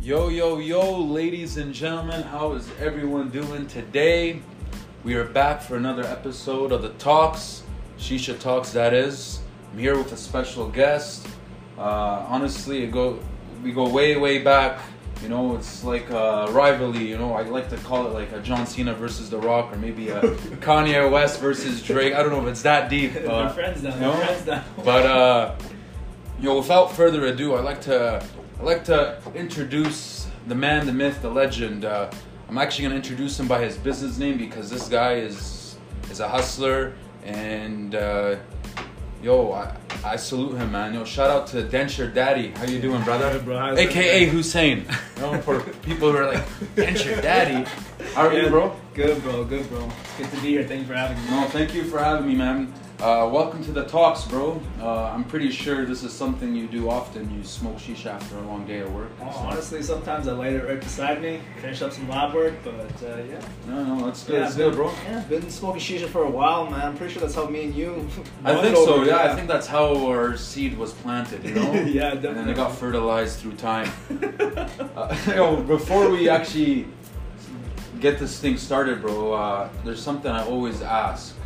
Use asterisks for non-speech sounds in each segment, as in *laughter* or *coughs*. Yo, yo, yo, ladies and gentlemen, how is everyone doing today? We are back for another episode of the Talks, Shisha Talks, that is. I'm here with a special guest. Uh, honestly, it go, we go way, way back. You know, it's like a rivalry. You know, I like to call it like a John Cena versus The Rock, or maybe a Kanye West versus Drake. I don't know if it's that deep. We're but- friends now. no? We're friends now. But uh, you know, without further ado, I'd like to I'd like to introduce the man, the myth, the legend. Uh, I'm actually gonna introduce him by his business name because this guy is is a hustler and uh, yo, I, I salute him, man. Yo, shout out to Denture Daddy. How you doing, brother? Hey, bro, how's AKA everything? Hussein. You know, for people who are like *laughs* Denture Daddy. How are you, Yeah. bro? good, bro. Good, bro. It's good to be here. Thanks for having me. No, thank you for having me, man. Uh, welcome to the talks, bro. Uh, I'm pretty sure this is something you do often. You smoke shisha after a long day at work. Oh, honestly, sometimes I light it right beside me, finish up some lab work, but uh, yeah. No, no, that's good. Yeah, that's I've good, been- bro. Yeah, been smoking shisha for a while, man. I'm pretty sure that's how me and you. *laughs* I bonded think so. over, Yeah, I think that's how our seed was planted. You know. *laughs* Yeah, And then it definitely. got fertilized through *laughs* time. uh, *laughs* yo, before we actually get this thing started, bro, uh, there's something I always ask.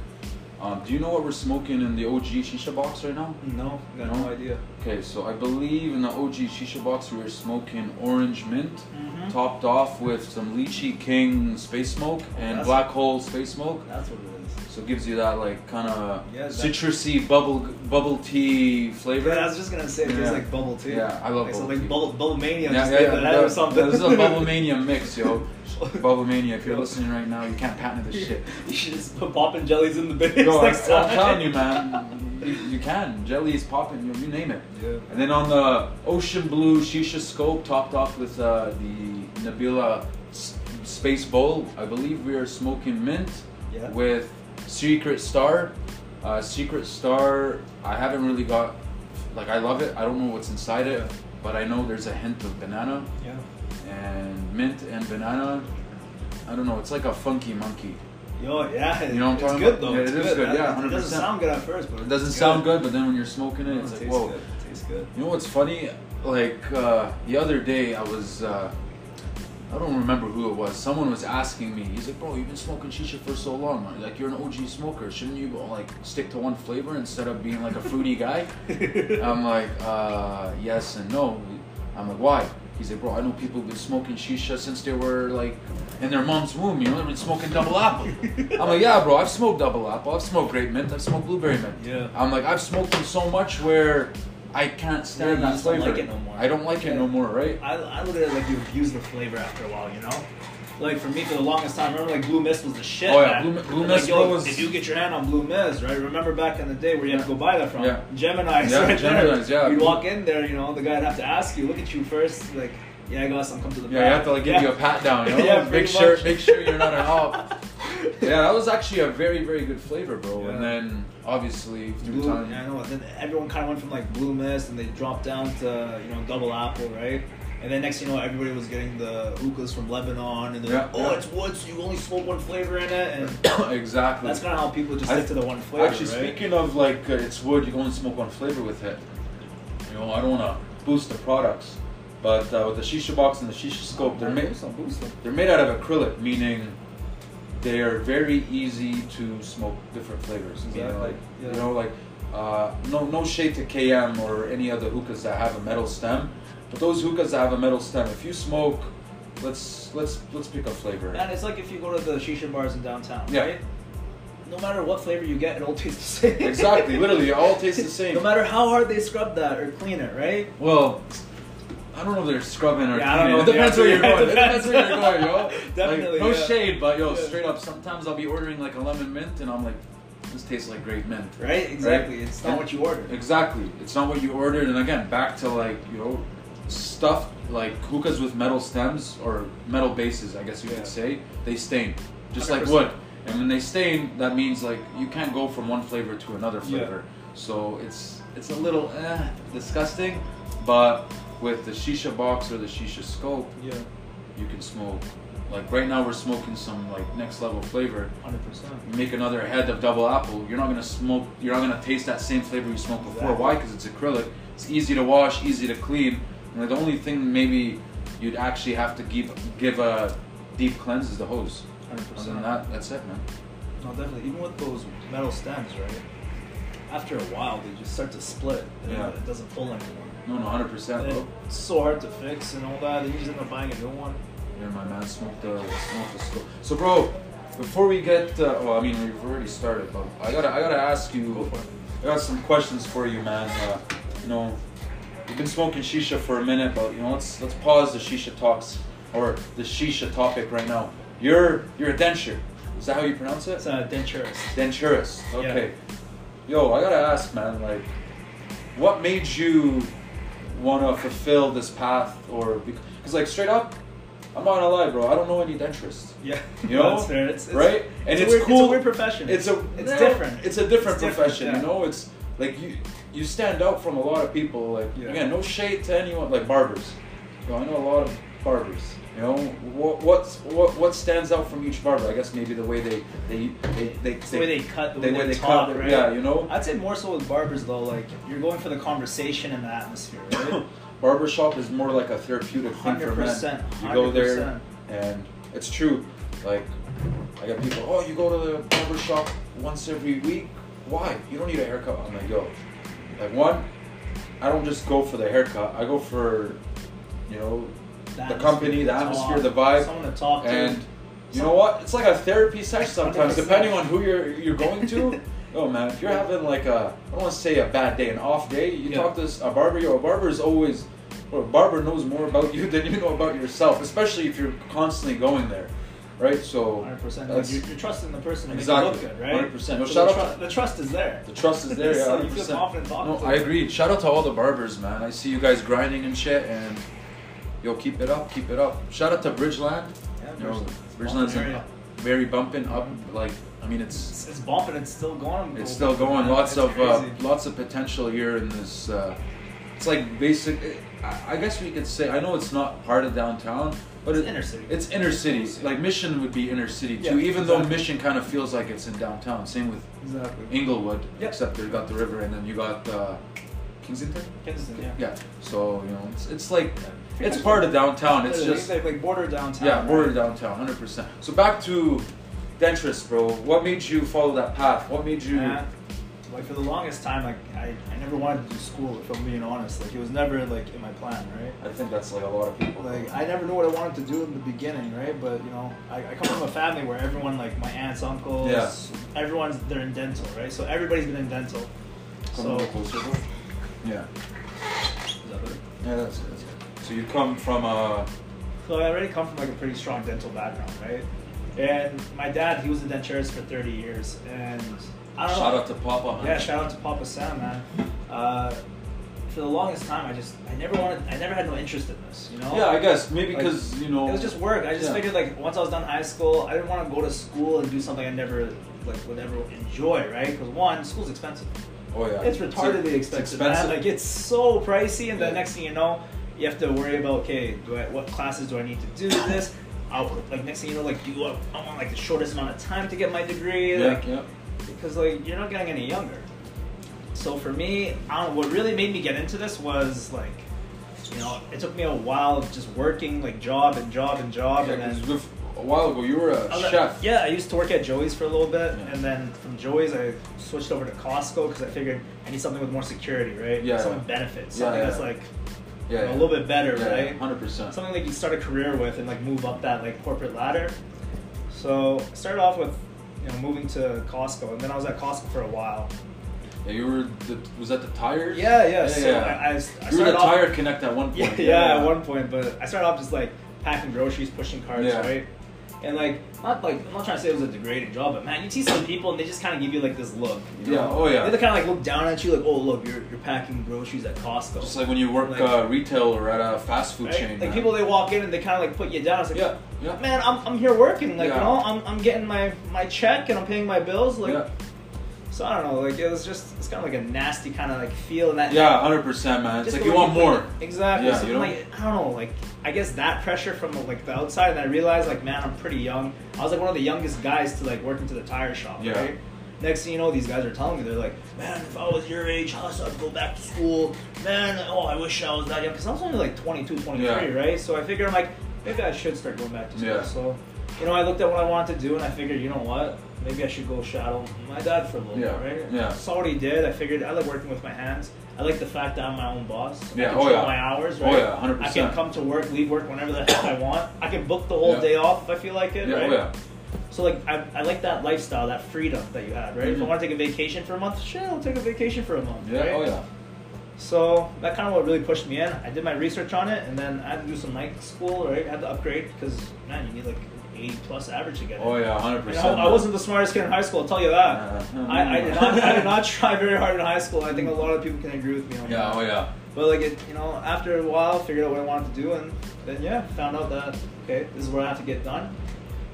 Um, do you know what we're smoking in the OG shisha box right now? *laughs* No, got No? no idea. Okay, so I believe in the OG shisha box we were smoking orange mint, Mhm. topped off with some lychee king space smoke and That's- black hole space smoke. That's what it is. So it gives you that like kind of Yeah, that- citrusy bubble bubble tea flavor. Yeah, I was just gonna say it Yeah. tastes like bubble tea. Yeah, I love like, bubble so, like tea. bubble, bubble mania. Yeah, just yeah, did that, yeah, or something. This is a *laughs* bubble mania mix, yo. Bubble mania. If you're listening right now, you can't patent this *laughs* shit. You should just put popping jellies in the bins Yo, I, I'm next time. telling you, man. *laughs* You, you can jellies popping. You, you name it. Yeah. And then on the ocean blue shisha scope, topped off with uh, the Nabila s- Space Bowl, I believe we are smoking mint Yeah. with Secret Star. Uh, Secret Star, I haven't really got, like, I love it. I don't know what's inside it, Yeah. but I know there's a hint of banana Yeah. and mint and banana. I don't know, it's like a funky monkey. Yo, yeah. You know what I'm it's talking good, about? Though. Yeah, it's it is good, That- yeah, It doesn't 100%. sound good at first, but It doesn't sound good, but then when you're smoking it, it's Oh, like, it tastes whoa. good. It tastes good. You know what's funny? Like uh, the other day, I was. Uh, I don't remember who it was. Someone was asking me. He's like, "Bro, you've been smoking shisha for so long. man. Like, you're an OG smoker. Shouldn't you like stick to one flavor instead of being like a fruity guy?" *laughs* I'm like, uh, "Yes and no." I'm like, "Why?" He's like, "Bro, I know people who've been smoking shisha since they were like in their mom's womb. You know, they've been smoking double *laughs* apple." I'm like, "Yeah, bro. I've smoked double apple. I've smoked grape mint. I've smoked blueberry mint. Yeah. I'm like, I've smoked them so much where I can't stand Yeah, you that just don't flavor. like it no more. I don't like it Yeah. no more, *laughs* right? I, I look at it like you abuse the flavor after a while, you know? Like for me, for the longest time, remember like Blue Mist was the shit. Oh, yeah, man. Blue Mi- Blue And, Mist, like, yo, bro, was- If you get your hand on Blue Mist, right? Remember back in the day where you had to go buy that from? Yeah. Gemini's, Yeah, right Gemini's, yeah. there. You'd walk in there, you know, the guy'd have to ask you, look at you first, like, yeah, I got some, come to the Yeah, I have to like give you a pat down. *laughs* You know? Yeah, pretty make sure much. make sure you're not an *laughs* op. yeah, that was actually a very very good flavor, bro. Yeah. And then obviously through Blue, time, yeah, I know. Then everyone kind of went from like blue mist, and they dropped down to you know double apple, right? And then next you know, everybody was getting the hookahs from Lebanon, and they're like, Yeah, "Oh, yeah. it's woods. You only smoke one flavor in it," *coughs* and exactly. that's kind of how people just I- stick to the one flavor, actually, right? speaking of like uh, it's wood, you can only smoke one flavor with it. You know, I don't want to boost the products, but uh, with the shisha box and the shisha scope, they're made. They're made out of acrylic, meaning they are very easy to smoke different flavors. Meaning, Exactly, like you yeah. know, like uh, no no shade to KM or any other hookahs that have a metal stem, but those hookahs that have a metal stem, if you smoke, let's let's let's pick a flavor. And it's like if you go to the shisha bars in downtown, Yeah. right? No matter what flavor you get, it all *laughs* tastes the same. exactly, literally, it all tastes *laughs* the same. no matter how hard they scrub that or clean it, right? Well, I don't know if they're scrubbing or Yeah, I don't cleaning. know. It depends Yeah, where you're yeah, going. It depends depends. where you're going, *laughs* yo. Like, Definitely, no yeah. shade, but yo, Yeah. straight up. Sometimes I'll be ordering like a lemon mint, and I'm like, this tastes like grape mint. Right? Exactly. It's not what you order. Exactly. It's not what you ordered. And again, back to like, you know, stuff like hookahs with metal stems or metal bases, I guess you Yeah. could say, they stain. Just like 100%. wood. And when they stain, that means like you can't go from one flavor to another Yeah. flavor. So it's it's a little eh, disgusting, but with the shisha box or the shisha scope, Yeah, you can smoke. Like right now, we're smoking some like next level flavor hundred percent. you make another head of double apple, you're not gonna smoke. You're not gonna taste that same flavor you smoked before. Exactly. Why? Because it's acrylic. It's easy to wash, easy to clean. And the only thing maybe you'd actually have to give give a deep cleanse as the hose. Hundred Other than that, that's it, man. No, definitely. Even with those metal stems, right? After a while, they just start to split. And Yeah. It doesn't pull anymore. No, no, hundred And percent, bro. it's so hard to fix and all that. They just end up buying a new one. Yeah, my man smoked the smoked the sco- So, bro, before we get, uh, well, I mean, we've already started, but I gotta, I gotta ask Go you. for it. I got some questions for you, man. Uh, you know, you've been smoking shisha for a minute, but you know, let's let's pause the shisha talks or the shisha topic right now. You're you're a denture. Is that how you pronounce it? That's a denturist. Denturist. Okay. Yo, I gotta ask, man. Like, what made you wanna fulfill this path, or because, like, straight up, I'm not gonna lie, bro. I don't know any denturists. Yeah. You know, That's fair. It's, it's, right? And it's, a weird, cool. it's a weird profession. It's a It's no, different. It's a different It's different, profession, yeah. you know. It's like you you stand out from a lot of people. Like Yeah. again, no shade to anyone. Like barbers, you know, I know a lot of barbers. You know, what what's, what what stands out from each barber? I guess maybe the way they they they they, It's the way they cut, the way they, cut talk, it, right? Yeah, you know, I'd say more so with barbers though. Like you're going for the conversation and the atmosphere, *laughs* right? barbershop is more like a therapeutic thing for men. 100%, You go there, 100%. and it's true. Like I got people. Oh, you go to the barbershop once every week. Why? You don't need a haircut. I'm like, yo, like one, I don't just go for the haircut. I go for, you know, the, atmosphere, company, the talk, atmosphere, the vibe, someone to talk to, and you know what? It's like a therapy session sometimes, 100%. depending on who you're you're going *laughs* to. Oh man, if you're having like a I don't want to say a bad day, an off day, you Yeah. talk to s- a barber. Yo, a barber is always, well, a barber knows more about you *laughs* than you know about yourself, especially if you're constantly going there, right? So 100%. Like that's- you're, you're trusting the person to make Exactly. it look good, right? 100%. No, So shout the, out tru- the trust is there. the trust is there. Yeah, So *laughs* you feel 100%. confident talking No, to I them. agree. Shout out to all the barbers, man. I see you guys grinding and shit, and yo, keep it up, keep it up. Shout out to Bridgeland. Yeah, You know, Bridgeland's Bridgeland's bumping an- area. very bumping up. Like, I mean, it's It's, it's bumping. It's still going. It's still going. man. Lots It's of uh, crazy. lots of potential here in this. Uh, it's like basic. I I guess we could say. I know it's not part of downtown, but It's it- inner city. It's inner cities. Like Mission would be inner city too, Yeah, even though exactly. Mission kind of feels like it's in downtown. Same with exactly. Inglewood, Yeah. except they got the river, and then you got uh, Kingsington. Kensington, yeah. Yeah. So you know, it's, it's like it's part of downtown. It's Literally, just like, like border downtown. yeah, right? border downtown, hundred percent. So back to dentist, bro. What made you follow that path? What made you? Yeah. Like for the longest time, like I, I never wanted to do school. If I'm being honest, like it was never like in my plan, right? I think that's like a lot of people. Like I never knew what I wanted to do in the beginning, right? But you know, I, I come from a family where everyone, like my aunts, uncles, Yeah. everyone's they're in dental, right? So everybody's been in dental. Come a So little closer, bro. yeah, Is that better? yeah, that's, that's it. So you come from a So I already come from like a pretty strong dental background, right? And my dad, he was a denturist for 30 years, and I don't shout know. out to Papa. man. Yeah, shout out to Papa Sam, man. Uh, for the longest time, I just I never wanted, I never had no interest in this, you know. Yeah, I guess maybe Like, because you know It was just work. I just Yeah. figured like once I was done high school, I didn't want to go to school and do something I never like would ever enjoy, right? Because one, school's expensive. Oh yeah, It's retardedly it's expensive. man. Like it's so pricey, and Yeah. the next thing you know, you have to worry about okay, do I what classes do I need to do this? I like next thing you know, like do I, I want like the shortest amount of time to get my degree? yeah, Like yeah. because like you're not getting any younger. So for me, I don't, what really made me get into this was like, you know, it took me a while of just working like job and job and job, Yeah, and 'cause then with- a while ago you were a I was at- chef. Oh, Yeah, I used to work at Joey's for a little bit, Yeah. and then from Joey's I switched over to Costco because I figured I need something with more security, right? Yeah, Something yeah. benefits, Yeah, something yeah. that's like yeah, a little bit better, right? Hundred percent. something like you start a career with and like move up that like corporate ladder. So I started off with you know moving to Costco, and then I was at Costco for a while. Yeah, you were. The, was that the tires? Yeah, yeah. yeah. so yeah. I, I, I you were started the off. tire connect at one point. *laughs* Yeah, yeah, uh, at one point, but I started off just like packing groceries, pushing carts, Yeah. right? And like, not like I'm not trying to say it was a degrading job, but man, you see some people and they just kind of give you like this look. You Yeah, know? oh, yeah. They kind of like look down at you, like, oh look, you're you're packing groceries at Costco. Just like when you work Like- uh, retail or at a fast food right? chain. like man. people, they walk in and they kind of like put you down. It's like, Yeah, yeah. man, I'm, I'm here working, like Yeah. you know, I'm, I'm getting my my check and I'm paying my bills, like. yeah. So I don't know, like it was just it's kind of like a nasty kind of like feel and that Yeah, hundred percent, man. It's Just like the you way want put more. it. Exactly. Yeah, so you I'm know? like, I don't know, like I guess that pressure from like the outside, and I realized like, man, I'm pretty young. I was like one of the youngest guys to like work into the tire shop, Yeah. right? Next thing you know, these guys are telling me they're like, "Man, if I was your age, hustle, I'd go back to school. Man, oh, I wish I was that young because I was only like 22, 23, Yeah. right? So I figure I'm like, maybe I should start going back to school. Yeah. So, you know, I looked at what I wanted to do and I figured, you know what, maybe I should go shadow my dad for a little Yeah. bit, right? Yeah. Saw what he did. I figured I like working with my hands. I like the fact that I'm my own boss. Yeah, I oh, control yeah. my hours, Oh, right? yeah, 100%. I can come to work, leave work whenever the heck I want. I can book the whole Yeah. day off if I feel like it, Yeah, right? oh yeah. So like I, I like that lifestyle, that freedom that you had, right? If I Mhm. want to take a vacation for a month, sure, I'll take a vacation for a month. Yeah, right? oh yeah. So that kind of what really pushed me in. I did my research on it, and then I had to do some night school, right? I had to upgrade because man, you need like eighty plus average to get it. Oh yeah, hundred I, mean, percent. I, I wasn't the smartest kid in high school. I'll tell you that. Yeah. I, I did not. I *laughs* did not try very hard in high school. I think a lot of people can agree with me on Yeah, that. oh yeah. But like it, you know, after a while, figured out what I wanted to do, and then yeah, found out that okay, this is what I have to get done.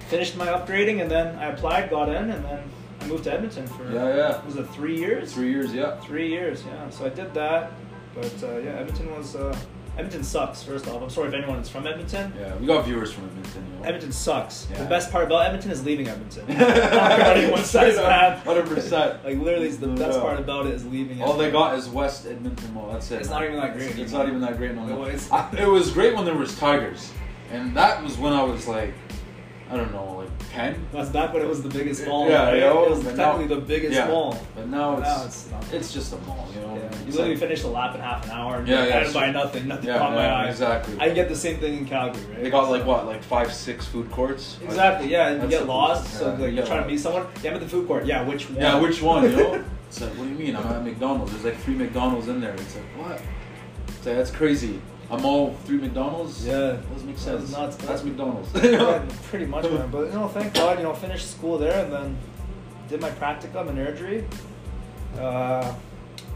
Finished my upgrading, and then I applied, got in, and then I moved to Edmonton for Yeah, yeah. was it three years? Three years, yeah. Three years, yeah. So I did that, but uh, yeah, Edmonton was uh, Edmonton sucks. First off, I'm sorry if anyone is from Edmonton. Yeah, we got viewers from Edmonton. You know. Edmonton sucks. Yeah. The best part about Edmonton is *laughs* leaving Edmonton. *laughs* Not crowding one size bad. Hundred percent. Like literally, it's the No best doubt. part about it is leaving. All they Edmonton. got is West Edmonton Mall. That's it. It's man. not even that great It's anymore. not even that great no No, more. it's- I- It was great when there was Tigers, and that was when I was like, I don't know, like ten. That's back when it was the biggest mall. Yeah, right? yeah, it was but technically now- the biggest yeah. mall. But now it's Now it's, it's not. just a mall, you know. Yeah. You It's literally like- finish the lap in half an hour and Yeah, yeah, yeah, I it's- buy nothing, nothing yeah, caught my yeah, eye. exactly. I get the same thing in Calgary, right? They got like what, like five, six food courts. Like- Exactly, yeah, and you That's get the- lost, so yeah, like, you're yeah. trying to meet someone. Yeah, I'm at the food court. Yeah, which one? Yeah, which one, you *laughs* know? It's like, what do you mean? I'm at McDonald's. There's like three McDonald's in there. It's like, what? It's like, that's crazy. I'm all three McDonald's? Yeah. Doesn't make That's sense. nuts, man. that's McDonald's. *laughs* *laughs* Yeah, pretty much, man. But uh, you know, thank God, you know, finished school there and then did my practicum in urgery. Uh,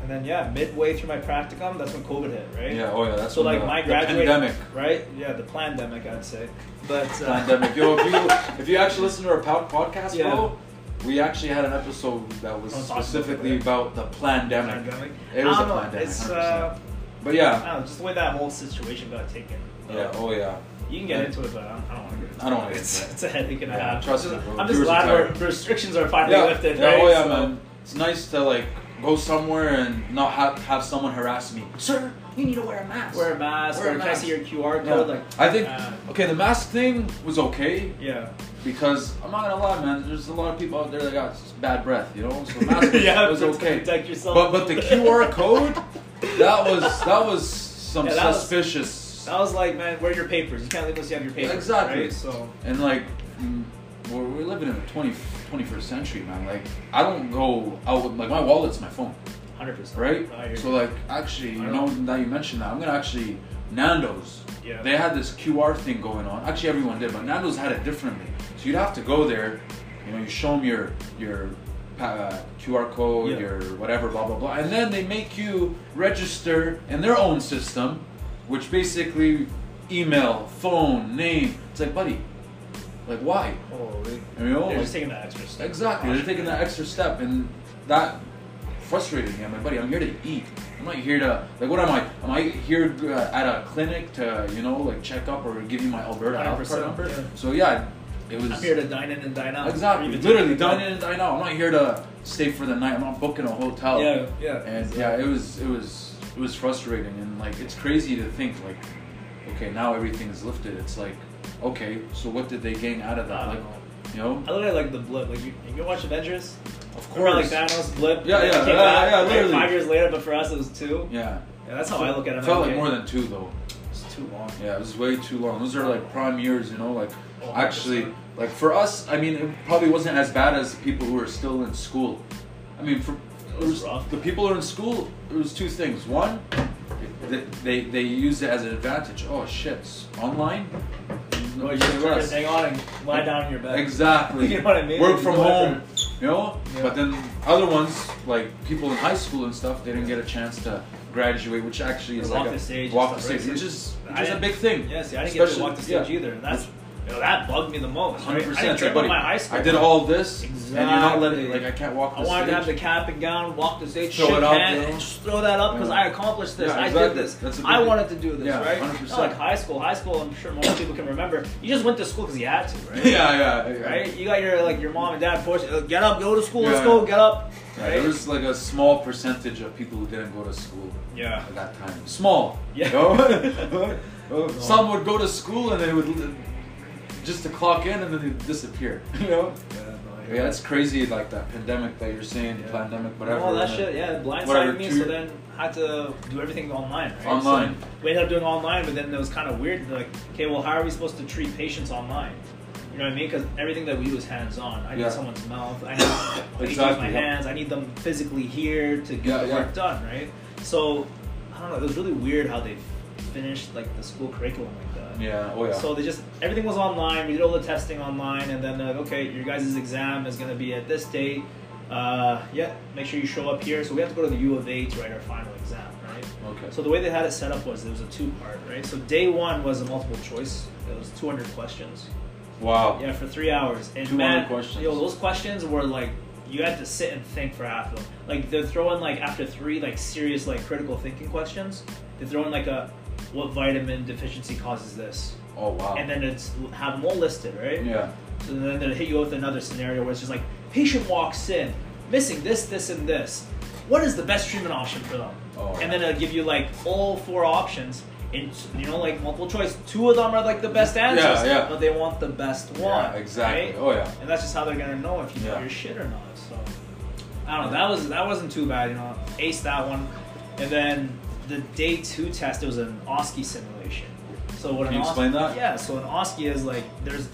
and then yeah, midway through my practicum, that's when COVID hit, right? Yeah, oh yeah, that's So when like the- my the graduate pandemic. right? Yeah, the pandemic, I'd say. But uh, Pandemic. Yo, if *laughs* you, if you actually listen to our pow- podcast, Yeah. bro, we actually had an episode that was I'm talking about specifically that. about the pandemic. pandemic. It was I a don't know, pandemic. It's 100%. uh, but yeah. I don't know, just the way that whole situation got taken. Uh, Yeah, oh yeah. You can get Yeah. into it, but I don't, I don't want to get into it. I don't wanna get it's, into it. It's a headache and a Yeah, half. trust me, I'm bro. just- I'm just Viewers are glad our tired. restrictions are finally lifted. yeah, right? oh yeah, So- man. It's nice to like go somewhere and not have, have someone harass me. Sir, you need to wear a mask. Wear a mask, Wear or a can I see your QR Yeah. code? Like, I think uh, okay, the mask thing was okay *laughs* yeah. because I'm not gonna lie, man. There's a lot of people out there that got s- bad breath, you know. So the *laughs* mask was, yeah, was to okay. Protect yourself. But *laughs* but the QR code, that was that was some Yeah, that was- suspicious I was like, man, where are your papers? You can't leave us. You have your papers. Exactly. Right? So and like mm, we're, we're living in the 20, 21st century, man. Like I don't go out with like my wallet's my phone. 100. percent right? I hear So you. like, actually, you I know, now know. you mentioned that, I'm gonna actually Nando's. Yeah. They had this QR thing going on. Actually, everyone did, but Nando's had it differently. So you'd have to go there. You know, you show them your your uh, QR code, Yeah. your whatever, blah blah blah, and then they make you register in their own system, which basically email, phone, name. It's like, buddy, like why? Holy. You know, They're like- just taking that extra step. Exactly. They're taking that extra step, and that frustrated me. I'm like, buddy, I'm here to eat. I'm not here to like. What am I? Am I here uh, at a clinic to you know like check up or give you my Alberta health card 100%, number? yeah. So yeah, it was I'm here to dine in and dine out. Or exactly even literally take- dine in and dine out. I'm not here to stay for the night. I'm not booking a hotel. Yeah, yeah. And yeah, it was it was it was frustrating, and like it's crazy to think like, okay, now everything's lifted. It's like, okay, so what did they gain out of I that? Like, don't know. you know. I look at like the blip. Like you, you can watch Avengers. Of course. like Thanos blip. Yeah, and then yeah, it came yeah, back, yeah, right, literally. Five years later, but for us it was two. Yeah. Yeah, that's how I look at it. It felt I'm like more okay, than two though. It's too long. Yeah, it was way too long. Those are like prime years, you know. Like Oh, actually, 100%. like for us, I mean, it probably wasn't as bad as the people who are still in school. I mean, for It was rough. the people who are in school, it was two things. One, they they, they used it as an advantage. Oh shit, it's online. Well, you Shit, can turn less. this thing on and lie down in your bed. Exactly. *laughs* You know what I mean? Work You from go home. You know. Yeah. But then other ones, like people in high school and stuff, they didn't get a chance to graduate, which actually is Or walk like the a stage and walk the stuff, stage, right? which is I which is a didn't- big thing. Yeah, see, I didn't get to Especially- walk the stage yeah. either. And that's You know, that bugged me the most. right? Hundred I didn't percent, trip buddy. in my high school. I did all this, and you're not Exactly. letting. Like I can't walk. I the wanted to have the stage. cap and gown, walk the stage, Throw shake it up, hands, you know? and just throw that up because Yeah. I accomplished this. Yeah, I did exactly. this. That's a big I deal. wanted to do this, Yeah, right? 100%. Not like high school. High school, I'm sure most people can remember. You just went to school because you had to, right? *laughs* yeah, yeah, yeah. Right? You got your like your mom and dad forced you, get up, go to school, let's Yeah. go, get up. Yeah, Right? There was like a small percentage of people who didn't go to school Yeah. at that time. Small. Yeah. you know? *laughs* *laughs* Some would go to school and they would li- just to clock in and then they would disappear. *laughs* You know? Yeah, it's crazy like that pandemic that you're saying, Yeah. pandemic, whatever. All that and shit, then- yeah, blindsided whatever, me. two- So then had to do everything online. Right? Online. So we ended up doing online, but then it was kind of weird. Like, okay, well, how are we supposed to treat patients online? You know what I mean? Because everything that we do is hands on. I need Yeah. someone's mouth. I need, I need to use Exactly, my yeah. hands. I need them physically here to get Yeah, the yeah. work done, right? So I don't know. It was really weird how they finished like the school curriculum like that. Yeah, oh yeah. So they just everything was online. We did all the testing online, and then uh, okay, your guys' exam is gonna be at this date. Uh, yeah, make sure you show up here. So we have to go to the U of A to write our final exam, right? okay. So the way they had it set up was there was a two part, right? So day one was a multiple choice. It was 200 questions. wow. Yeah, for three hours. And 200 man, questions. yo, those questions were like you had to sit and think for half of them. Like they're throwing like after three like serious like critical thinking questions. They throw in like a what vitamin deficiency causes this, Oh wow. and then it's have them all listed, right? yeah. So then they'll hit you with another scenario where it's just like patient walks in, missing this, this, and this. What is the best treatment option for them? Oh, and then it'll give you like all four options. And you know, like multiple choice, two of them are like the best answers, yeah. but they want the best one. yeah. Exactly. right? Oh yeah. and that's just how they're gonna know if you know Yeah. your shit or not. So I don't know. That was that wasn't too bad. You know, ace that one, and then the day two test it was an OSCE simulation. So Can what an you explain OSCE that? Yeah. So an OSCE is like there's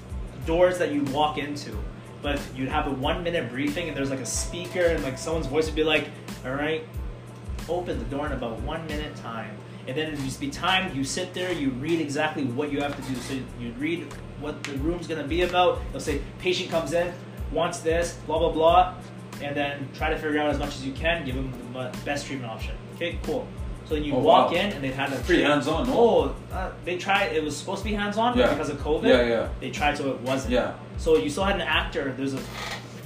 doors that you walk into, but you'd have a one minute briefing and there's like a speaker and like someone's voice would be like, all right, open the door in about one minute time. And then it'd just be timed. You sit there, you read exactly what you have to do. So you read what the room's gonna be about. They'll say, patient comes in, wants this, blah, blah, blah. And then try to figure out as much as you can, give them the bu- best treatment option. Okay, cool. So then you Oh, walk wow. in and they've had a Pretty hands-on, no? Oh, uh, they tried, it was supposed to be hands on, Yeah. but because of COVID, Yeah, yeah. they tried so it wasn't. Yeah. So you still had an actor. There's a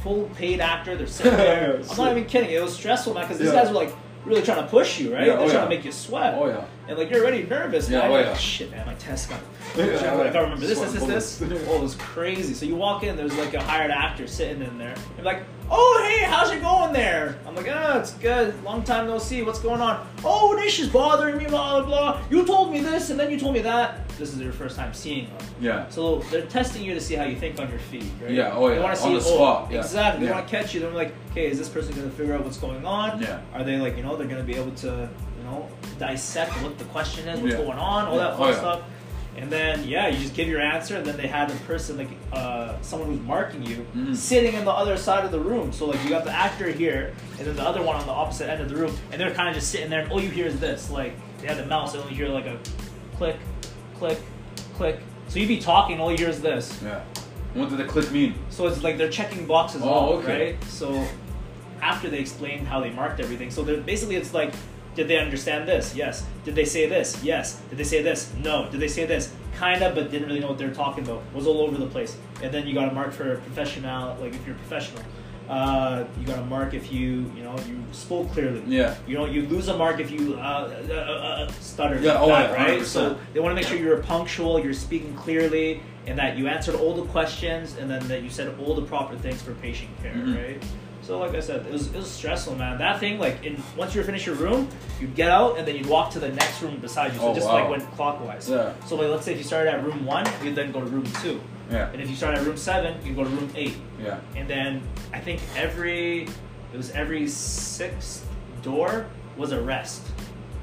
full paid actor. They're sitting there. *laughs* I'm not even kidding. It was stressful, man, because these Yeah. guys were like really trying to push you, right? Yeah, They're oh, trying yeah. to make you sweat. Oh yeah. And like you're already nervous. Yeah, man. oh, Like, yeah. Shit, man, my test got. *laughs* Yeah, Shit, I yeah. gotta remember this, this, Sweating this, this. bullets. Oh, it was crazy. So you walk in, there's like a hired actor sitting in there. You're like, oh hey, how's it going there? I'm like, ah, it's good. Long time no see. What's going on? Oh, this is bothering me. Blah blah blah. You told me this, and then you told me that. This is your first time seeing them. Yeah. So they're testing you to see how you think on your feet, right? Yeah, oh They yeah, want to see on the spot, Oh, yeah. Exactly. They Yeah. want to catch you. They're like, okay, is this person going to figure out what's going on? Yeah. Are they like, you know, they're going to be able to, you know, dissect what the question is, what's Yeah. going on, all that Yeah. fun Oh, yeah. stuff. And then yeah, you just give your answer, and then they had a person like uh, someone who's marking you Mhm. sitting in the other side of the room. So like you got the actor here, and then the other one on the opposite end of the room, and they're kind of just sitting there, and all you hear is this. Like they had the mouse, and all you hear like a click, click, click. So you'd be talking, all you hear is this. Yeah. What did the click mean? So it's like they're checking boxes. Oh, all, okay. Right? So after they explained how they marked everything, so they're, basically it's like, did they understand this? Yes. Did they say this? Yes. Did they say this? No. Did they say this? Kinda, but didn't really know what they're talking about. Was all over the place. And then you got to mark for professional, like if you're professional. Uh, you got to mark if you, you know, you spoke clearly. Yeah. You know, you lose a mark if you uh, uh, uh, uh, stutter. Yeah, oh, yeah, right. 100%. So they want to make sure you're punctual, you're speaking clearly, and that you answered all the questions, and then that you said all the proper things for patient care, Mhm. right? So, like I said, it was, it was stressful, man. That thing, like, in once you finish your room, you'd get out, and then you'd walk to the next room beside you. So Oh, it just wow. like went clockwise. Yeah. So, like, let's say if you started at room one, you'd then go to room two, Yeah. and if you started at room seven, you'd go to room eight Yeah. and then I think every it was every sixth door was a rest.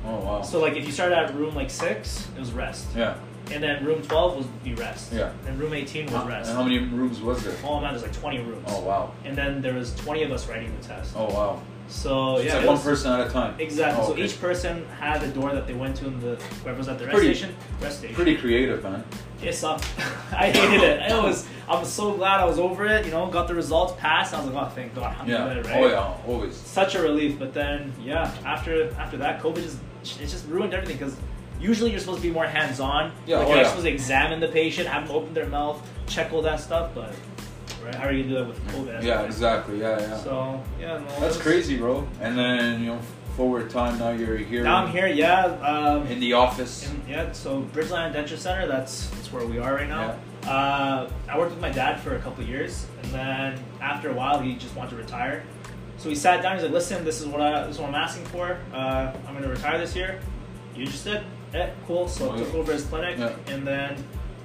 Oh wow. So like if you started at room like six, it was rest, yeah. and then room twelve was be rest, Yeah. and room eighteen was rest. And how many rooms was there? All amount was like twenty rooms, Oh wow. and then there was twenty of us writing the test. Oh wow. So it's yeah, like it one was- person at a time. exactly. Oh, so okay. each person had a door that they went to, and the whoever was at the rest Pretty- station, rest station. Pretty creative, man. It sucked. *laughs* I hated it. It was. I'm so glad I was over it. You know, got the results, passed. I was like, oh, thank God, I'm Yeah. good, right? Oh yeah. Always. such a relief. But then, yeah, after after that, COVID just it just ruined everything because Usually, you're supposed to be more hands-on. Yeah, like oh, you're yeah. supposed to examine the patient, have them open their mouth, check all that stuff. But right, how are you gonna do that with COVID? Yeah, exactly. Yeah, yeah. So yeah, no, That's it's- crazy, bro. And then you know, forward time. Now you're here. Down here, yeah, um, in the office. in- yeah. So Bridgeland Denture Center. That's that's where we are right now. Uh, I worked with my dad for a couple of years, and then after a while, he just wanted to retire. So he sat down. He's like, "Listen, this is what I this is what I'm asking for. Uh, I'm going to retire this year. You interested? Eh, cool." So I took over his clinic, Yeah. and then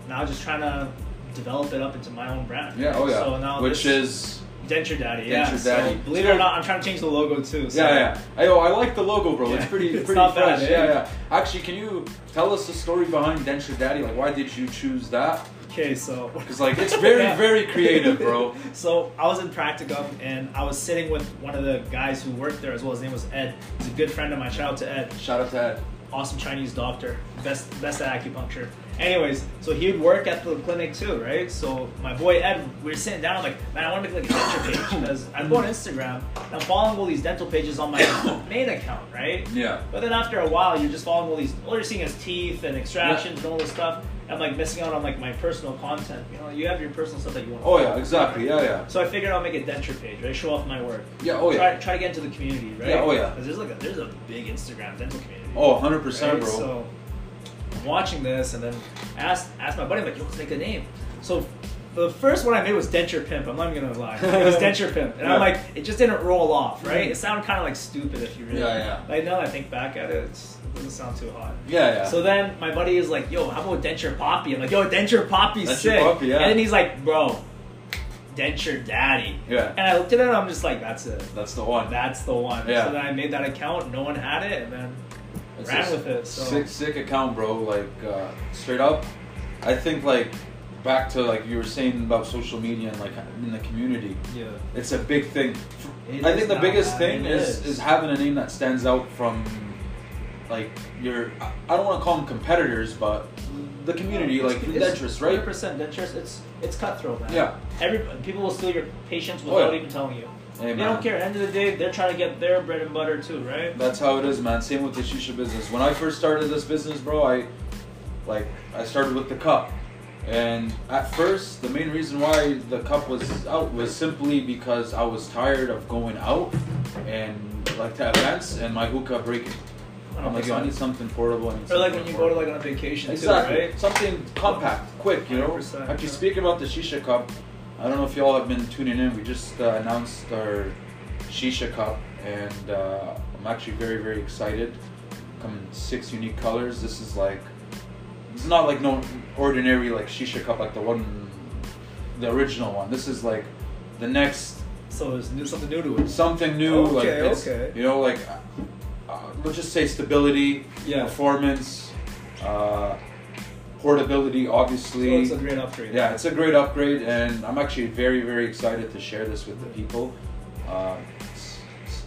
now just trying to develop it up into my own brand. yeah, oh yeah. So now Which this- is Denture Daddy. Yeah. Denture so Daddy. believe it or not, I'm trying to change the logo too. So yeah, yeah. Hey, oh, I like the logo, bro. It's Yeah. pretty, *laughs* It's pretty not bad, fresh. eh? yeah, yeah. Actually, can you tell us the story behind Denture Daddy? Like, why did you choose that? Okay, so Because like, it's very, *laughs* Yeah. very creative, bro. *laughs* So I was in practicum and I was sitting with one of the guys who worked there as well. His name was Ed. He's a good friend of mine. Shout out to Ed. Shout out to Ed. Awesome Chinese doctor. Best best at acupuncture. Anyways, so he would work at the clinic too, right? So my boy Ed, we were sitting down. I'm like, man, I want to make like a denture page because I go on Instagram and I'm following all these dental pages on *coughs* my main account, right? Yeah. But then after a while, you're just following all these. All you're seeing is teeth and extractions and all this stuff. I'm like missing out on like my personal content. You know, you have your personal stuff that you want. to Oh yeah, exactly. Yeah, yeah. so I figured I'll make a denture page, right? Show off my work. Yeah. Oh Try, yeah. try to get into the community, right? Yeah, oh, yeah. 'Cause there's like a, there's a big Instagram dental community. Oh, 100 right? percent, bro. So I'm watching this and then I asked asked my buddy, I'm like, yo, let's make a name. So the first one I made was Denture Pimp. I'm not even gonna lie. *laughs* It was Denture Pimp, Yeah. and Mm-hmm. I'm like, it just didn't roll off, right? It sounded kind of like stupid if you really. Yeah, yeah. Like now that I think back at it, it's, it doesn't sound too hot. yeah, yeah. So then my buddy is like, "Yo, how about denture poppy?" I'm like, "Yo, denture poppy's Denture sick." Poppy, yeah. And then he's like, "Bro, denture daddy." Yeah. And I looked at it and I'm just like, "That's it. That's the one. That's the one." Yeah. So then I made that account. No one had it, and then It's ran a with it. So Sick, sick account, bro. Like uh, straight up, I think like back to like you were saying about social media and like in the community, yeah, it's a big thing. It I is think the now, biggest man, thing it is, is. is having a name that stands out from like your I I don't want to call them competitors, but the community, like the dentist, right? Hundred percent dentures. It's it's cutthroat, man. Yeah. Every people will steal your patients Oh, yeah. without even telling you. Hey, They man. don't care. End of the day, they're trying to get their bread and butter too, right? That's how it is, man. Same with the shisha business. When I first started this business, bro, I like I started with the cup. And at first, the main reason why the cup was out was simply because I was tired of going out and like to events and my hookah breaking. I'm like, yo, I need something portable. I need or like something when you go to portable. like on a vacation exactly too, right? something compact, quick, you know. 100%, Actually, yeah. speaking about the shisha cup, I don't know if y'all have been tuning in. We just uh, announced our shisha cup, and uh, I'm actually very, very excited. Come in six unique colors. This is like, it's not like no ordinary like shisha cup, like the one, the original one. This is like the next So there's new something new to it. something new, Okay, like it's, okay. you know, like uh, let's just say stability, Yeah. performance, uh, portability, So obviously. it's a great upgrade. yeah, it's a great upgrade, and I'm actually very, very excited to share this with the people. Uh, it's,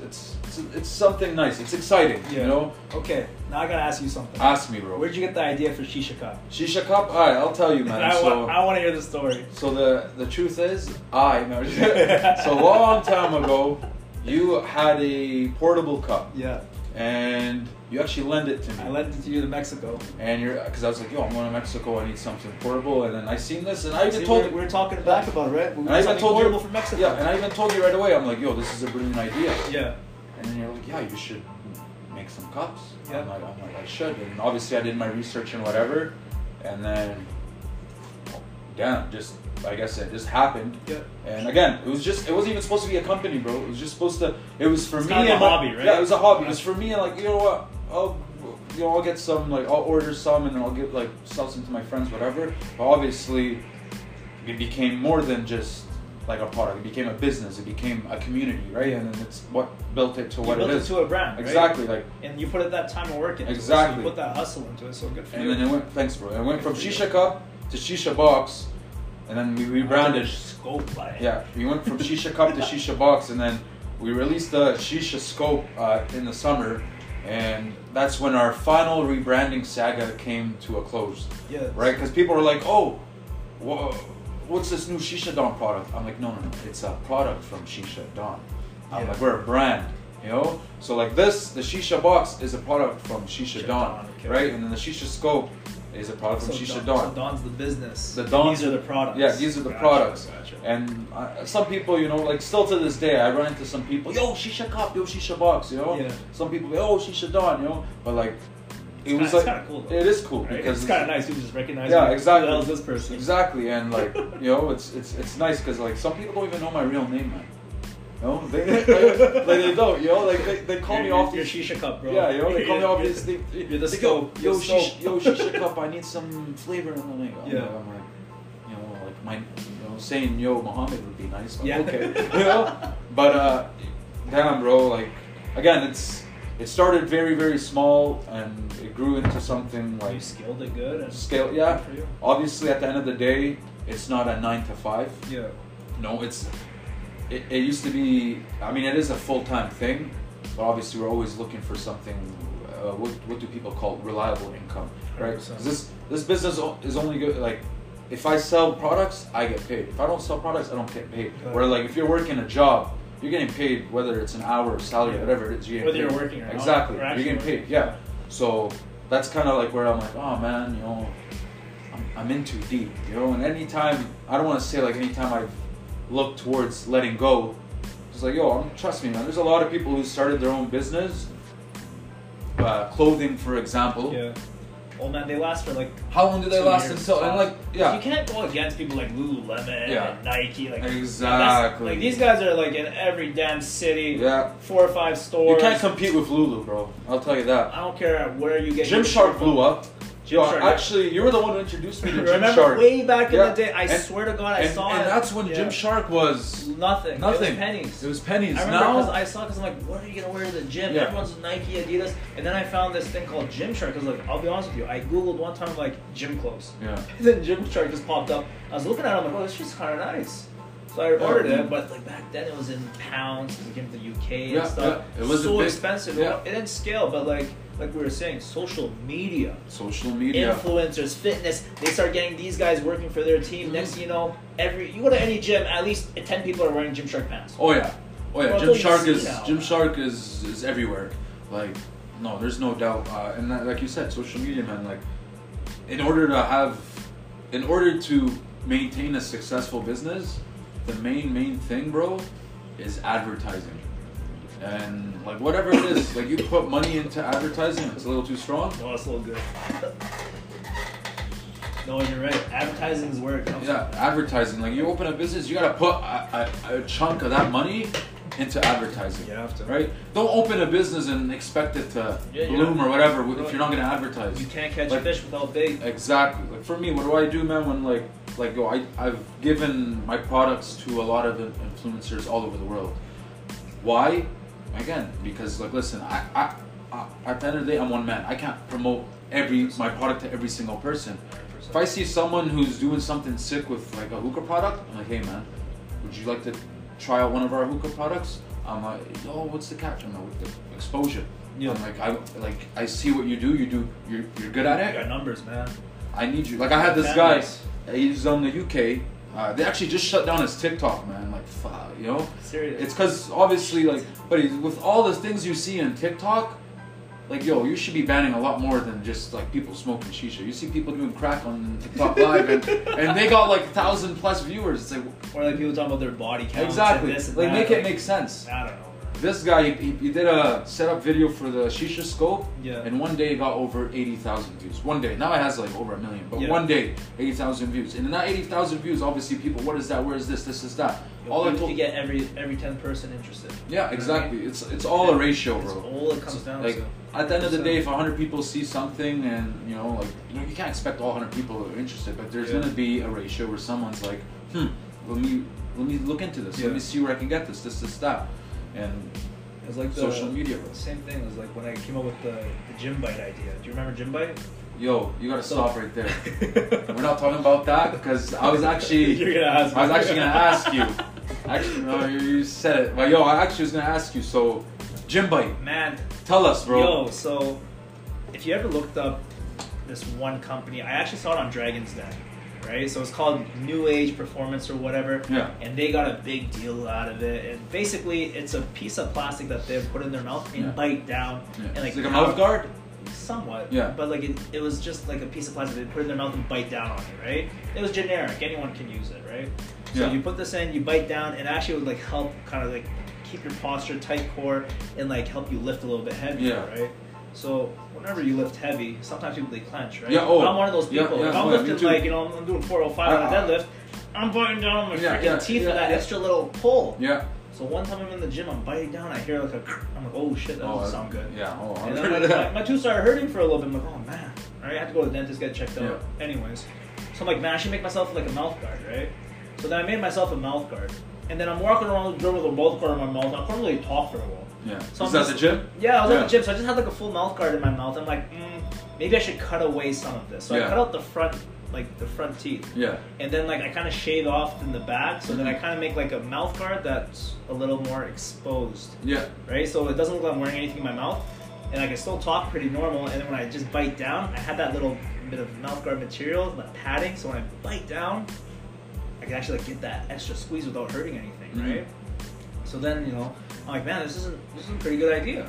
it's, it's, it's something nice. It's exciting, you Yeah. know. Okay, now I gotta ask you something. Ask me, bro. Where'd you get the idea for Shisha Cup? Shisha cup? All right, I'll tell you, man. *laughs* I, so, want, I want to hear the story. So the the truth is, I no, *laughs* so a long time ago, you had a portable cup, Yeah, and you actually lend it to me. I lent it to you to Mexico. and you're because I was like, yo, I'm going to Mexico. I need something portable. And then I seen this, and I even See, told we, were, we were talking back about it, right? We and I were even told you from Mexico. Yeah, and I even told you right away. I'm like, yo, this is a brilliant idea. yeah, And then you're like, yeah, you should make some cups. Yeah. I'm like, I'm like, I should. And obviously, I did my research and whatever. And then, damn, just like I said, just happened. yeah. And again, it was just it wasn't even supposed to be a company, bro. It was just supposed to. It was for It's me kind of and a my- hobby, right? Yeah, it was a hobby. It was for me and like you know what, I'll you know I'll get some like I'll order some and I'll get like sell some to my friends, whatever. But obviously, it became more than just like a product. It became a business. It became a community, right? And then it's what built it to You what built it it, is. to a brand, right? exactly, like And you put that time and work into it. So Exactly. you put that hustle into it. So good for and you. then it went. Thanks, bro. It went from Good for you. shisha cup to shisha box, and then we rebranded. scope by it. Yeah, we went from Shisha Cup to Shisha Box, and then we released the Shisha Scope uh, in the summer, and that's when our final rebranding saga came to a close, yeah. right? Because people were like, "Oh, wha what's this new Shisha Don product?" I'm like, "No, no, no, it's a product from Shisha Don. I'm Yeah. like, we're a brand." You know, so like this, the shisha box is a product from Shisha Shisha Don, Don, okay. right? And then the shisha scope is a product from *laughs* So Shisha Don- So Don. Don's the business. The Don- These are the products. Yeah, these are the Gotcha, products. Gotcha. And uh, some people, you know, like still to this day, I run into some people, yo, Shisha Cup, yo, Shisha Box, you know? Yeah. Some people, oh, Shisha Don, you know? But like, it It's was kinda- it's like, kinda cool, though. it is cool. Right? because It's kind of nice. You just recognize. Yeah, like, exactly. Who the hell is this person? Exactly, and like, you know, it's it's it's nice because like some people don't even know my real name, man. You know? They, they, like, they don't, you know? Like, they, they call me You're- you're- off You're these shisha cup, bro. yeah, you know, they call me You're- up. It's *laughs* the, You're the they go, scope. yo, You're the shish, scope. yo, shisha cup. I need some flavor. And I'm like, oh, Yeah. I'm like, you know, like my, you know, saying yo Mohammed would be nice. But Yeah. Okay. *laughs* you know, but uh, damn, bro. Like, again, it's it started very, very small, and it grew into something you like scaled it good. And scale. Yeah. Good for you. Obviously, at the end of the day, it's not a nine to five. Yeah. No, it's it, it used to be. I mean, it is a full time thing, but obviously we're always looking for something. Uh, what what do people call reliable income, right? 100%. This this business o- is only good like. If I sell products, I get paid. If I don't sell products, I don't get paid. Got Where it. like if you're working a job, you're getting paid whether it's an hour, salary, Yeah. whatever it is. You're Whether getting you're paid. working or not, exactly, or you're actually getting paid. working. Yeah. So that's kind of like where I'm like, oh man, you know, I'm, I'm in too deep, you know. And anytime, I don't want to say like anytime I've looked towards letting go, it's like, yo, I'm, trust me, man. There's a lot of people who started their own business, uh, clothing, for example. Yeah. Oh man, they last for like. How long do they two last years until? And like, tops. yeah, You can't go against people like Lululemon Yeah. and Nike. Like that's- exactly. Like these guys are like in every damn city. Yeah. Four or five stores. you can't compete with Lulu, bro. I'll tell you that. I don't care where you get. your shirt Gymshark from. blew up. Yo, Gymshark, yeah. actually, you were the one who introduced me to Remember Gymshark. way back in Yeah. the day? I And- swear to God, I and, saw and it. that's when Yeah. Gymshark was Nothing. It nothing. was pennies. It was pennies. I remember because now, I saw because I'm like, what are you gonna wear to the gym? Yeah. Everyone's Nike, Adidas, and then I found this thing called Gymshark. Because like, I'll be honest with you, I googled one time like gym clothes, yeah, and *laughs* then Gymshark just popped up. I was looking at it, I'm like, oh, this shit's kind of nice. So I ordered Yeah. it, but like back then it was in pounds because it came to the UK and Yeah, stuff. yeah. It was a so big- expensive. yeah. It didn't scale, but like like we were saying, social media social media. influencers, fitness. They start getting these guys working for their team. Mhm. Next thing you know, every you go to any gym, at least ten people are wearing Gymshark pants. Oh yeah, oh yeah. Well, Jim that's Shark what you is see now. Jim Shark is is everywhere. Like, no, there's no doubt. Uh, and that, like you said, social media, man. Like, in order to have, in order to maintain a successful business, the main main thing, bro, is advertising. And like whatever it is, like you put money into advertising, it's a little too strong. *laughs* No, it's a little good. No, you're right. Advertising is where it comes Yeah, advertising. Like you open a business, you gotta put a, a, a chunk of that money into advertising. You have to. right? Don't open a business and expect it to Yeah, yeah. bloom or whatever w- if Right. you're not gonna advertise. from. You can't catch Like- a fish without bait. Exactly. Like for me, what do I do, man? When like like yo, I I've given my products to a lot of in- influencers all over the world. Why? Again, because like listen, I I, I at the end of the day, I'm one man. I can't promote every my product to every single person. If I see someone who's doing something sick with like a hookah product, I'm like, hey man, would you like to try out one of our hookah products? I'm like, oh, what's the catch? I'm like, with the exposure. Yeah. I'm like, I like I see what you do. You do. You're you're good at You it. got numbers, man. I need you. Like I had this guy. Families. He's on the UK. Uh, they actually just shut down his TikTok, man. Like fuck, you know. Serious. It's because obviously, like, but he's- with all the things you see in TikTok, like, yo, you should be banning a lot more than just like people smoking shisha. You see people doing crack on TikTok live, and, and they got like thousand plus viewers. It's like or like people talking about their body count. exactly, And this and like that. make it make sense. I don't know. man. This guy, he, he did a setup video for the Shisha Scope, Yeah. and one day it got over 80,000 views. One day. Now it has like over a million, but Yeah. one day, 80,000 views. And in that 80,000 views, obviously people, what is that, where is this, this is that. All you I have to told, get every every ten person interested. yeah, exactly. It's it's all a ratio, That's bro. all it comes down Like to. at the end of the day, if 100 people see something, and you know, like you know, you can't expect all 100 people are interested, but there's Yeah. gonna be a ratio where someone's like, hmm, let me let me look into this, let Yeah. me see where I can get this, this, this, that, and It's like the social media. Bro. Same thing. It was like when I came up with the, the gym bite idea. Do you remember gym bite? Yo, you gotta So- stop right *laughs* there. We're not talking about that because I was actually, *laughs* You're gonna ask. I was me. actually gonna ask you. Actually, no, you, you said it, but yo, I actually was gonna ask you. So, Jim Bite, Man, tell us, bro. yo. So, if you ever looked up this one company, I actually saw it on Dragon's Den. right? So it's called New Age Performance or whatever. Yeah. And they got a big deal out of it. And basically, it's a piece of plastic that they put in their mouth and Yeah. bite down. Yeah. And like, It's like a mouth guard? Somewhat. Yeah. But like it, it was just like a piece of plastic they put in their mouth and bite down on it, right? It was generic. Anyone can use it, right? So Yeah. you put this in, you bite down, and actually it would like help kind of like keep your posture tight core and like help you lift a little bit heavier, Yeah. right? So whenever you lift heavy, sometimes people they clench, right? Yeah, oh. I'm one of those Yeah, people. yeah, if I'm oh, yeah, me lifting too. like you know I'm, I'm doing 405 on a Uh, uh. deadlift, I'm biting down on my Yeah, freaking yeah, teeth yeah, for that yeah. extra little pull. Yeah. So one time I'm in the gym, I'm biting down, I hear like a, I'm like, oh shit, that doesn't that- sound good. Yeah. Oh, *laughs* And then like, my, my tooth started hurting for a little bit. I'm like, oh man, right? I have to go to the dentist, get it checked out. Yeah. Anyways, so I'm like, man, I should make myself like a mouth guard, right? So then I made myself a mouth guard, and then I'm walking around the gym with a mouth guard in my mouth. I couldn't really talk for a while. yeah. So Is I'm that the just- gym? Yeah, I was at Yeah. the gym, so I just had like a full mouth guard in my mouth. I'm like, mm, maybe I should cut away some of this. So I Yeah. cut out the front, like the front teeth Yeah. Mm-hmm. and then like I kind of shave off in the back, so then I kind of make like a mouth guard that's a little more exposed, Yeah. right? So it doesn't look like I'm wearing anything in my mouth, and I can still talk pretty normal. And then when I just bite down, I had that little bit of mouth guard material, the padding, so when I bite down, I can actually like get that extra squeeze without hurting anything, Mhm. right? So then, you know, I'm like, man, this isn't this is a pretty good idea.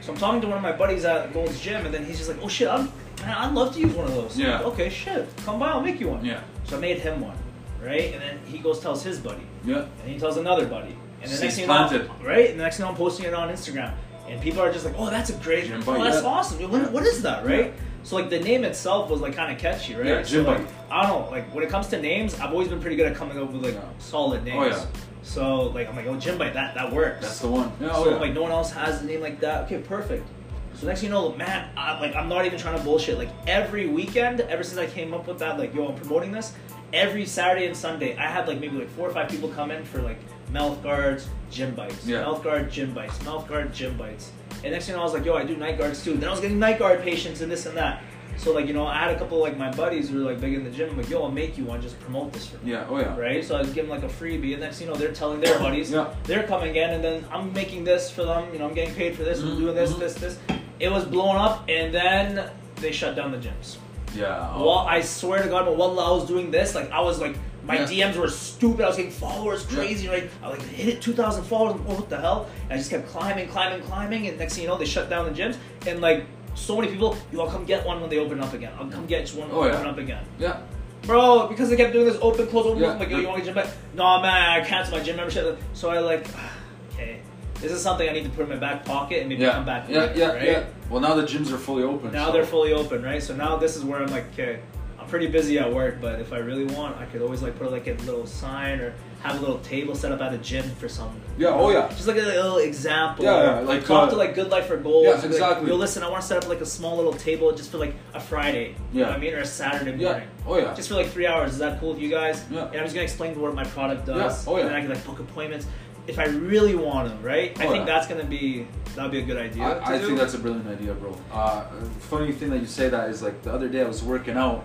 So I'm talking to one of my buddies at Gold's Gym, and then he's just like, oh shit, I'm, man, I'd love to use one of those. I'm like, Yeah. okay, shit, come by, I'll make you one. Yeah. So I made him one, right? And then he goes tells his buddy, Yeah. and he tells another buddy, and the Seeds next thing you know, planted. right? And the next thing you know, I'm posting it on Instagram, and people are just like, "Oh, that's a great, Gym oh, buddy, that's yeah. awesome! dude. What, what is that, right?" Yeah. So like the name itself was like kind of catchy, right? Yeah, gym so, like, buddy. I don't know. Like when it comes to names, I've always been pretty good at coming up with like Yeah. solid names. Oh, yeah. So like I'm like, "Oh, gym buddy, that that works." That's the one. Yeah. Oh, so yeah. like no one else has a name like that. Okay, perfect. So next thing you know, man, I, like I'm not even trying to bullshit. Like every weekend, ever since I came up with that, like yo, I'm promoting this. Every Saturday and Sunday, I had like maybe like four or five people come in for like mouth guards, gym bites, Yeah. mouth guard, gym bites, mouth guard, gym bites. And next thing you know, I was like, yo, I do night guards too. Then I was getting night guard patients and this and that. So like you know, I had a couple like my buddies who were like big in the gym. I'm like, yo, I'll make you one. Just promote this for me yeah. Oh yeah. right? So I was giving like a freebie, and next you know they're telling their buddies, Yeah. they're coming in, and then I'm making this for them. You know, I'm getting paid for this, I'm Mhm, doing this, mhm. this, this. It was blown up, and then they shut down the gyms. Yeah. Oh. Well, I swear to God, but while I was doing this, like I was like my Yeah. DMs were stupid. I was getting followers crazy, right? I like hit it two thousand followers. I'm, Oh, what the hell? And I just kept climbing, climbing, climbing, and next thing you know, they shut down the gyms, and like. So many people, you all come get one when they open up again. I'll come get one when Oh, they yeah. open up again. yeah. Bro, because they kept doing this open, close, open, Yeah. open, like, yo, you want to gym back? No, man, I canceled my gym membership. So I like, *sighs* okay, this is something I need to put in my back pocket and maybe Yeah. come back yeah. later, yeah. right? Yeah. Well, now the gyms are fully open. Now so- they're fully open, right? So now this is where I'm like, okay, I'm pretty busy at work, but if I really want, I could always like put like a little sign or have a little table set up at a gym for someone. Yeah. Oh yeah. Just like a little example. Yeah, yeah, like like, talk uh, to like Good Life for Goals. yeah, and be like, exactly. Yo, listen, I want to set up like a small little table just for like a Friday. You know Yeah. what I mean, or a Saturday Yeah. morning Oh yeah. just for like three hours. Is that cool with you guys? Yeah. And I'm just gonna explain what my product does. Yeah. Oh, yeah. And then I can like book appointments if I really want to, right? I Oh, think yeah. that's gonna be that would be a good idea. to I, I do. think that's a brilliant idea, bro. Uh, funny thing that you say that is like the other day I was working out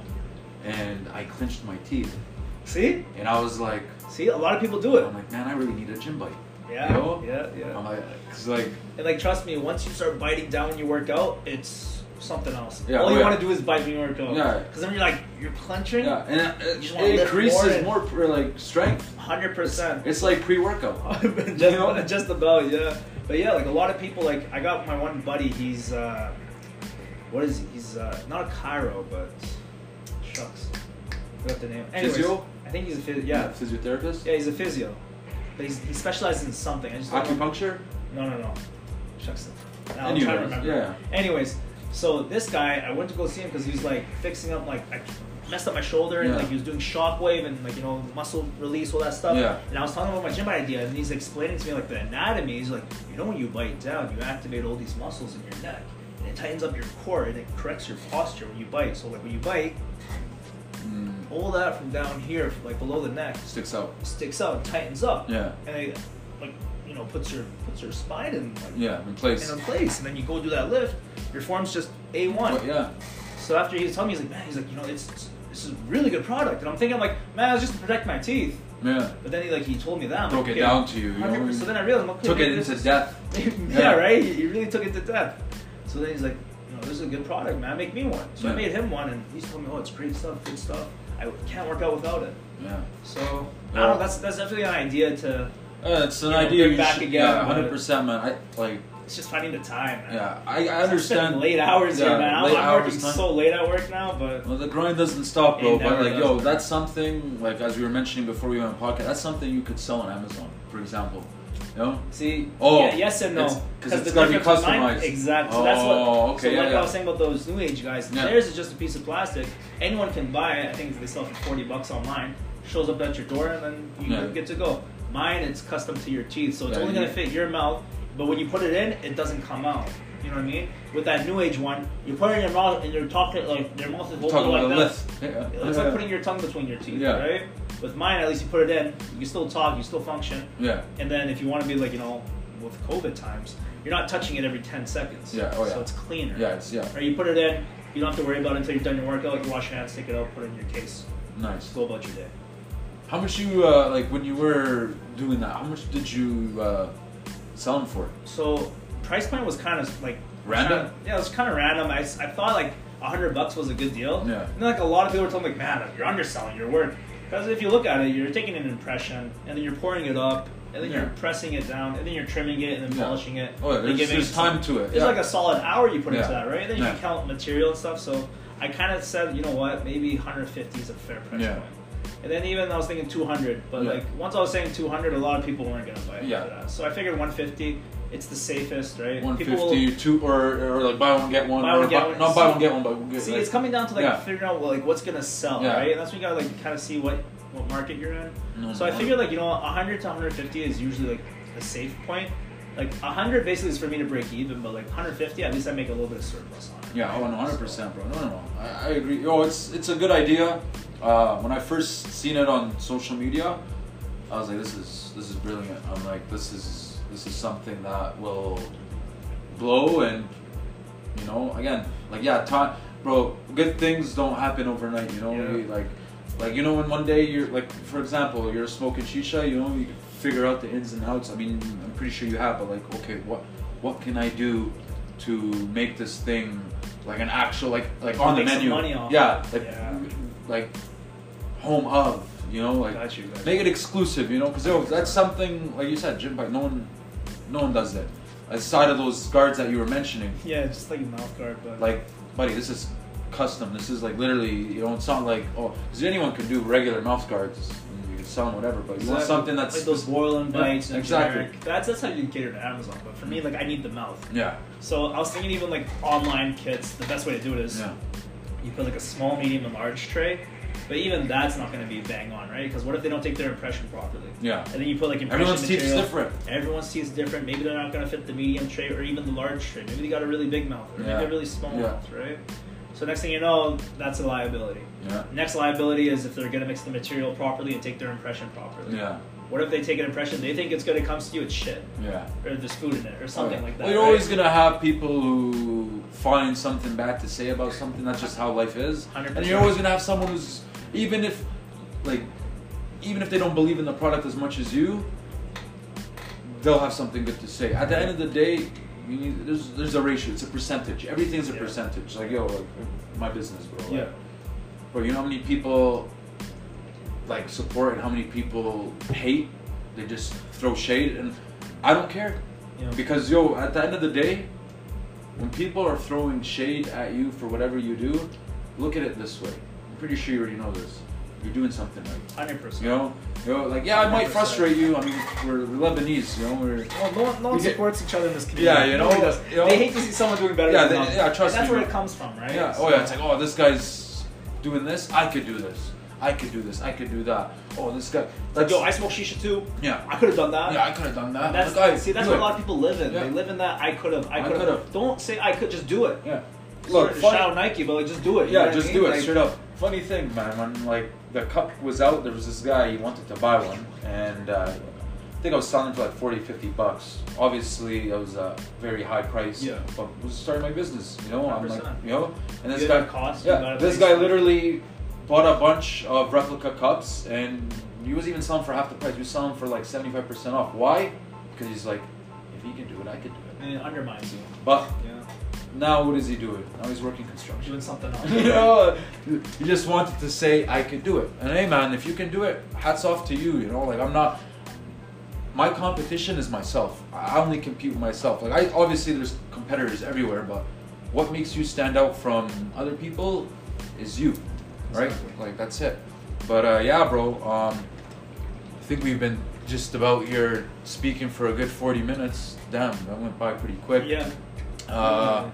and I clenched my teeth see, and I was like, see, a lot of people do it. I'm like, man, I really need a gym bite. Yeah, Yo. yeah, yeah. I'm like, cause like, and like, trust me, once you start biting down when you work out, it's something else. Yeah, All oh, you yeah. want to do is bite when you work out. Yeah. Because then you're like, you're clenching. yeah, and it, You it, just wanna lift more increases and- more, pr like strength. Hundred percent. It's like *laughs* pre-workout. just, You know? just about yeah but yeah like a lot of people like i got my one buddy he's uh what is he he's uh not a chiro but shucks I forgot the name Anyways, Physio? i think he's a physio *laughs* yeah *laughs* physiotherapist, yeah he's a physio but he's, he specializes in something i just don't know- acupuncture. no, no, no. Shucks. Now I'm Anyways, trying to remember. yeah. Anyways, so this guy, I went to go see him because he was like fixing up, like I messed up my shoulder and Yeah. like he was doing shockwave and like you know muscle release, all that stuff. Yeah. And I was talking about my gym idea, and he's explaining to me like the anatomy. He's like, you know, when you bite down, you activate all these muscles in your neck. And it tightens up your core and it corrects your posture when you bite. So like when you bite, Mm, all that from down here, from, like below the neck, sticks out. sticks out, tightens up, Yeah, and it like you know puts your puts your spine in like yeah, in place. in a place, and then you go do that lift, your form's just a one. But yeah, So after he was telling me, he's like, man, he's like, you know, it's, it's this is a really good product, and I'm thinking, I'm like, man, it's just to protect my teeth. yeah. But then he like he told me that I'm Broke like, it down to you, you know? 100%. So then I realized, I'm okay, Took it maybe this into is- depth. *laughs* yeah, Yeah. right. He he really took it to death. So then he's like, you know, this is a good product, man. Make me one. So I Yeah. made him one, and he's told me, oh, it's great stuff, good stuff. I I can't work out without it. Yeah. So I don't know. That's that's definitely an idea to. Uh, it's an You know, idea. bring you back should- again, yeah, but- 100%, man. I like. It's just finding the time. Man. Yeah, I, I I'm spending understand. *laughs* late hours yeah, here, man. I'm, late I'm hours working time. so late at work now, but Well, the grind doesn't stop, It bro. But never like, does, yo, man. that's something like as we were mentioning before we went on podcast. That's something you could sell on Amazon, for example. You know? see, Oh, yeah, yes and no, it's- 'cause it's the gotta be difference in mine- customized. exactly. So that's what. Oh, okay, so yeah, like yeah. I was saying about those new age guys, Yeah. theirs is just a piece of plastic. Anyone can buy it. I think they sell it for forty bucks online. Shows up at your door, and then you Yeah. get to go. Mine, it's custom to your teeth, so it's Yeah, only you- gonna fit your mouth. But when you put it in, it doesn't come out. You know what I mean? With that new age one, you put it in your mouth, and you're talking like their mouth is open Talking like about a that. list. Yeah. It looks like putting your tongue between your teeth, Yeah. right? With mine, at least you put it in, you can still talk, you still function. Yeah. And then if you want to be like, you know, with COVID times, you're not touching it every 10 seconds. Yeah, oh yeah. So it's cleaner. Yeah. It's, yeah. Right, you put it in, you don't have to worry about it until you're done your workout, you wash your hands, take it out, put it in your case, Nice. go about your day. How much you uh, like when you were doing that? How much did you uh, sell them for? So price point was kind of like Random? kinda- yeah, it was kind of random. I, s- I thought like hundred bucks was a good deal. Yeah. And then, like a lot of people were telling me, like, man, you're underselling your work because if you look at it, you're taking an impression and then you're pouring it up and then you're Yeah. pressing it down and then you're trimming it and then Yeah. polishing it. Oh, yeah, and there's- giving there's it time some- to it, There's yeah. like a solid hour you put Yeah. into that, right? And then you Yeah. can count material and stuff. So I kind of said, you know what, maybe 150 is a fair price Yeah. point. And then even I was thinking 200, but Yeah. like once I was saying 200, a lot of people weren't gonna buy it. Yeah. for that. So I figured 150, it's the safest, right? One People will- fifty, two, or or like buy one get one. Buy or one, get one. Not buy one get one, but we'll get, See, like- it's coming down to like Yeah. figuring out well, like what's gonna sell, Yeah. right? And that's when you gotta like kind of see what what market you're in. No, so I no. figured like you know 100 to 150 is usually like a safe point. Like 100 basically is for me to break even, but like 150 at least I make a little bit of surplus on it. Yeah, oh, right? no, hundred So- percent, bro. No, no, no. I, I agree. Oh, it's it's a good idea. Uh, when I first seen it on social media, I was like, this is this is brilliant. I'm like, this is this is something that will blow, and you know, again, like yeah, time, bro. Good things don't happen overnight. You know, Yeah. We, like like you know, when one day you're like, for example, you're smoking shisha. You know, you figure out the ins and outs. I mean, I'm pretty sure you have, but like, okay, what what can I do to make this thing like an actual like like on the Make some menu? money off yeah, it. like Yeah. like home of. You know, like Got you, got make it exclusive. You know, because that's something like you said, gym bike. No one, no one does that. Aside of those guards that you were mentioning, Yeah, just like a mouth guard, but like buddy this is custom this is like literally you know it's not like oh because anyone can do regular mouth guards and you can sell them whatever but you want Exactly. something that's like those royal invites Yeah, and exactly. generic. That's that's how you cater to Amazon. But for me, like I need the mouth. yeah So I was thinking even like online kits. The best way to do it is yeah you put like a small, medium, and large tray. But even that's not going to be bang on, right? Because what if they don't take their impression properly? yeah And then you put like impression everyone's teeth is material. different Everyone's teeth is different. Maybe they're not going to fit the medium tray or even the large tray. Maybe they got a really big mouth or Yeah. maybe a really small Yeah. mouth, right? So next thing you know, that's a liability. yeah Next liability is if they're going to mix the material properly and take their impression properly. yeah What if they take an impression? They think it's going to come to you. It's shit, yeah or there's food in it, or Oh, something yeah. like that. well, you're right? always gonna have people who find something bad to say about something that's just how life is 100%. and you're always gonna have someone who's even if like even if they don't believe in the product as much as you they'll have something good to say. At the end of the day, you need, there's there's a ratio. It's a percentage. Everything's a Yeah. percentage. Like yo, like, my business, bro. Like, yeah. Bro, you know how many people like support and how many people hate? They just throw shade, and I don't care You know. because yo, at the end of the day, when people are throwing shade at you for whatever you do, look at it this way. I'm pretty sure you already know this. You're doing something right. Hundred percent. You know, you know, like yeah, I might 100%. frustrate you. I mean, we're, we're Lebanese, you know, we're Well, no one, no one You get- supports each other in this community. Yeah, you know, Nobody does. you know. They hate to see someone doing better Yeah, than they- them. yeah, trust And that's me, where man. it comes from, right? Yeah. So- Oh yeah. It's like oh this guy's doing this. I could do this. I could do this. I could do that. Oh this guy. like, That's, yo, I smoke shisha too. yeah. I could have done that. Yeah. I could have done that. That's, Look, I- see, that's do what it. a lot of people live in. Yeah. They live in that I could have, I I could have. could've. Don't say I could, just do it. Yeah. Look, Look. Funny, shout out Nike, but like, just do it. you know yeah. what I Just mean? do it. Like, straight up. Funny thing, man. When like the cup was out, there was this guy. He wanted to buy one, and uh, I think I was selling for like 40, 50 bucks. Obviously, it was a very high price. Yeah. But it was starting my business. You know, I'm like, 100%. you know, and this You guy had cost, you Yeah. gotta This pay guy some. literally bought a bunch of replica cups, and he was even selling for half the price. He was selling for like seventy-five percent off. Why? Because he's like, if he can do it, I could do it. And it undermines you. But Yeah. Now what is he doing? Now he's working construction. doing something *laughs* you else. know, he just wanted to say I could do it. And hey, man, if you can do it, hats off to you. You know, like I'm not. My competition is myself. I only compete with myself. Like I obviously there's competitors everywhere, but what makes you stand out from other people is you, right? Exactly. Like that's it. But uh, yeah, bro. Um, I think we've been just about here speaking for a good 40 minutes. Damn, that went by pretty quick. yeah. Uh,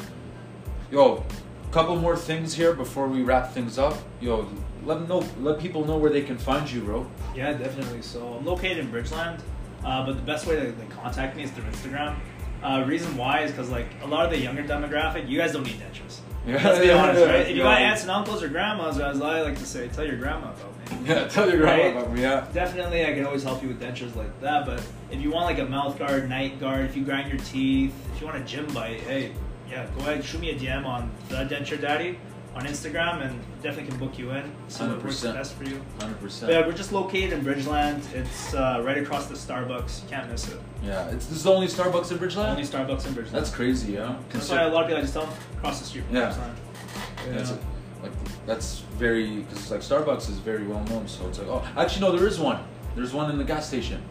yo, couple more things here before we wrap things up. Yo, let 'em know, let people know where they can find you, bro. *laughs* Yeah, definitely. So I'm located in Bridgeland, uh, but the best way to like, contact me is through Instagram. Uh, reason why is because like a lot of the younger demographic, you guys don't need dentures. Yeah. Let's be honest, Yeah. right? If you *laughs* got Yeah. aunts and uncles or grandmas, as I like to say, tell your grandma about *laughs* me. Yeah, tell your grandma Right? about me. Yeah. Definitely, I can always help you with dentures like that. But if you want like a mouth guard, night guard, if you grind your teeth, if you want a gym bite, hey, yeah, go ahead, shoot me a DM on the Denture Daddy on Instagram, and definitely can book you in. See what works 100%. best for you. Hundred But yeah, percent. we're just located in Bridgeland. It's uh, right across the Starbucks. You can't miss it. Yeah, it's this is the only Starbucks in Only Bridgeland. Starbucks in Bridgeland. That's crazy, yeah. That's why a lot of people I just tell them cross the street from Yeah. Bridgeland. You That's know? it. Like that's very because like Starbucks is very well known. So it's like oh, actually no, there is one. There's one in the gas station,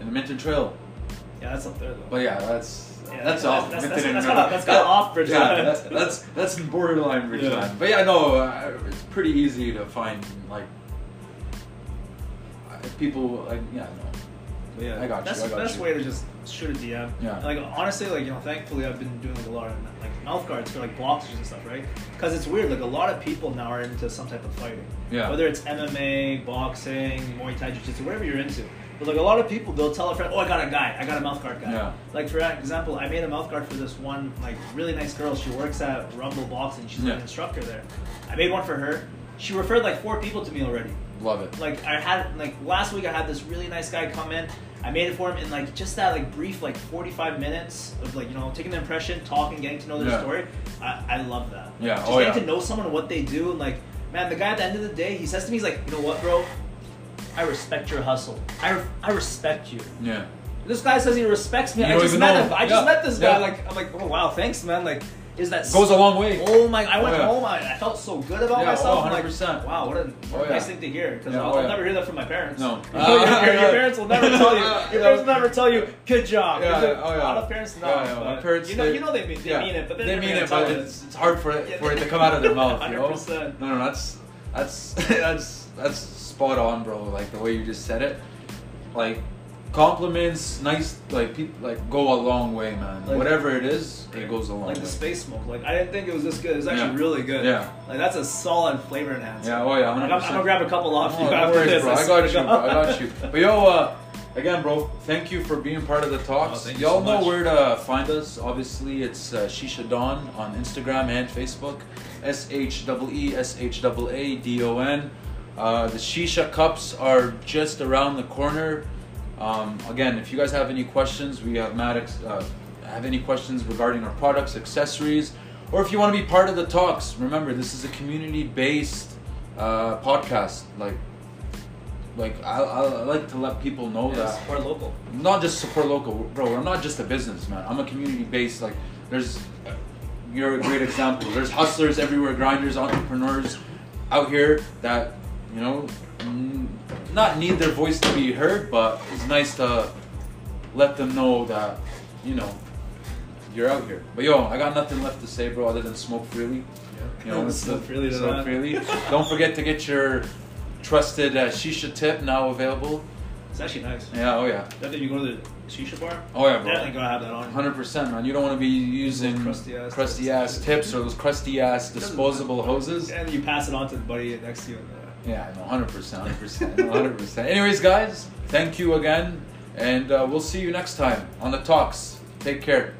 in the Minton Trail. Yeah, that's up there though. But yeah, that's Yeah, that's that's- off. that's- Minton that's- and that's Mill. kinda- that's kinda off Bridgeland. Yeah, that's that's that's borderline Bridgeland. Yeah. But yeah, no, uh, it's pretty easy to find like uh, people. Like yeah, no. But yeah, I got you, that's I the got best you. way to just shoot a DM. Yeah. Like honestly, like you know, thankfully I've been doing like a lot of like mouth guards for like boxers and stuff, right? Because it's weird. Like a lot of people now are into some type of fighting. Yeah. Whether it's MMA, boxing, Muay Thai, Jiu Jitsu, whatever you're into. But like a lot of people, they'll tell a friend, "Oh, I got a guy. I got a mouth guard guy." Yeah. Like for example, I made a mouth guard for this one like really nice girl. She works at Rumble Boxing. She's like Yeah. an instructor there. I made one for her. She referred like four people to me already Love it. like I had like last week I had this really nice guy come in. I made it for him in like just that like brief like 45 minutes of like you know taking the impression, talking, getting to know their Yeah. story. I, I love that. Yeah, Just oh, getting yeah. to know someone and what they do and like man, the guy at the end of the day he says to me he's like, you know what, bro, I respect your hustle. I re- I respect you. Yeah. This guy says he respects me. You I don't just even met know. him. I just Yeah, met this guy. yeah. Like I'm like, oh wow, thanks man. Like is that Goes a long way. Oh my! I went Oh, yeah. home. I, I felt so good about Yeah, oh, myself. I'm 100%. Like, wow, what a, what Oh, a nice yeah. thing to hear. Because Yeah, oh, I'll, I'll yeah. never hear that from my parents. No. *laughs* You know, *laughs* your, Uh, your- your yeah. parents will never tell *laughs* you. Your Yeah. parents will never tell you. Good job. Yeah, There's a- oh, yeah. A lot of parents know. Yeah, yeah, my parents, you know, they- you know they mean, they yeah. mean it, but they're they never mean gonna it, tell but you. it's, it's hard for it Yeah. for it to come out of their mouth. *laughs* You know? 100%. No, no, that's that's *laughs* that's that's spot on, bro. Like the way you just said it, like compliments, nice, like people, like go a long way, man. Like- Whatever it is, it goes a long Like way. the space smoke. Like I didn't think it was this good. It's actually Yeah. really good. Yeah. Like that's a solid flavor enhancer. Yeah, oh yeah, Like, I'm, 100%. I'm gonna grab a couple off Oh, you no after worries, this. bro. I *laughs* swear got to you, bro. God. I got you. *laughs* But yo, uh, again, bro, thank you for being part of the Oh, talks. thank you Y'all so know much. where to find us. Obviously, it's uh, Shisha Dawn on Instagram and Facebook. S H E E S H A D O N. Uh, the Shisha cups are just around the corner. Um, again, if you guys have any questions, we have Maddox. Uh, have any questions regarding our products, accessories, or if you want to be part of the talks? Remember, this is a community-based uh, podcast. Like, like I, I I like to let people know Yeah, that support local. not just support local, bro. I'm not just a business man. I'm a community based. Like there's, you're a great example. There's hustlers everywhere, grinders, entrepreneurs out here that you know, n- not need their voice to be heard, but it's nice to let them know that you know you're out here. But yo, I got nothing left to say, bro, other than smoke freely. You know, it's the- Smoke freely to smoke *laughs* that. freely. Don't forget to get your trusted uh, shisha tip now available. It's actually nice. Yeah, oh yeah. That if you go to the shisha bar, Oh yeah, bro. definitely gotta have that on. Hundred percent, man. You don't want to be using crusty crusty ass, ass tips. tips or those crusty ass Doesn't disposable hoses. And you pass it on to the buddy next to you. and, uh, Yeah, no, hundred percent, hundred percent, hundred percent. Anyways, guys, thank you again, and uh, we'll see you next time on the talks. Take care.